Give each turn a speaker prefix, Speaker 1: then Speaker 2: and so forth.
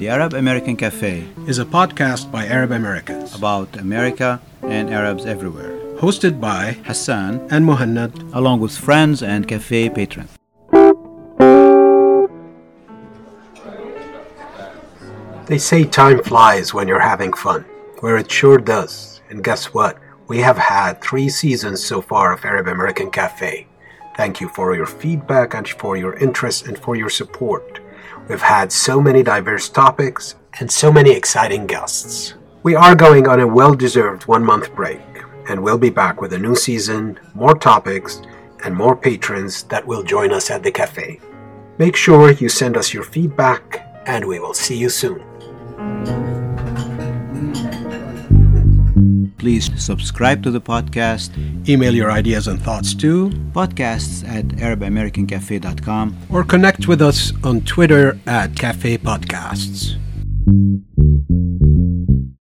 Speaker 1: The Arab American Cafe
Speaker 2: is a podcast by Arab Americans,
Speaker 1: about America and Arabs everywhere.
Speaker 2: hosted by
Speaker 1: Hassan,
Speaker 2: and Muhannad.
Speaker 1: along with friends and cafe patrons.
Speaker 2: They say time flies when you're having fun, where it sure does. And guess what? We have had three seasons so far of Arab American Cafe. Thank you for your feedback and for your interest and for your support. We've had so many diverse topics and so many exciting guests. We are going on a well deserved one month break, and we'll be back with a new season, more topics, and more patrons that will join us at the cafe. Make sure you send us your feedback, and we will see you soon.
Speaker 1: Please subscribe to the podcast,
Speaker 2: Email your ideas and thoughts too,
Speaker 1: podcasts at arabamericancafe.com.
Speaker 2: or connect with us on Twitter at Cafe Podcasts.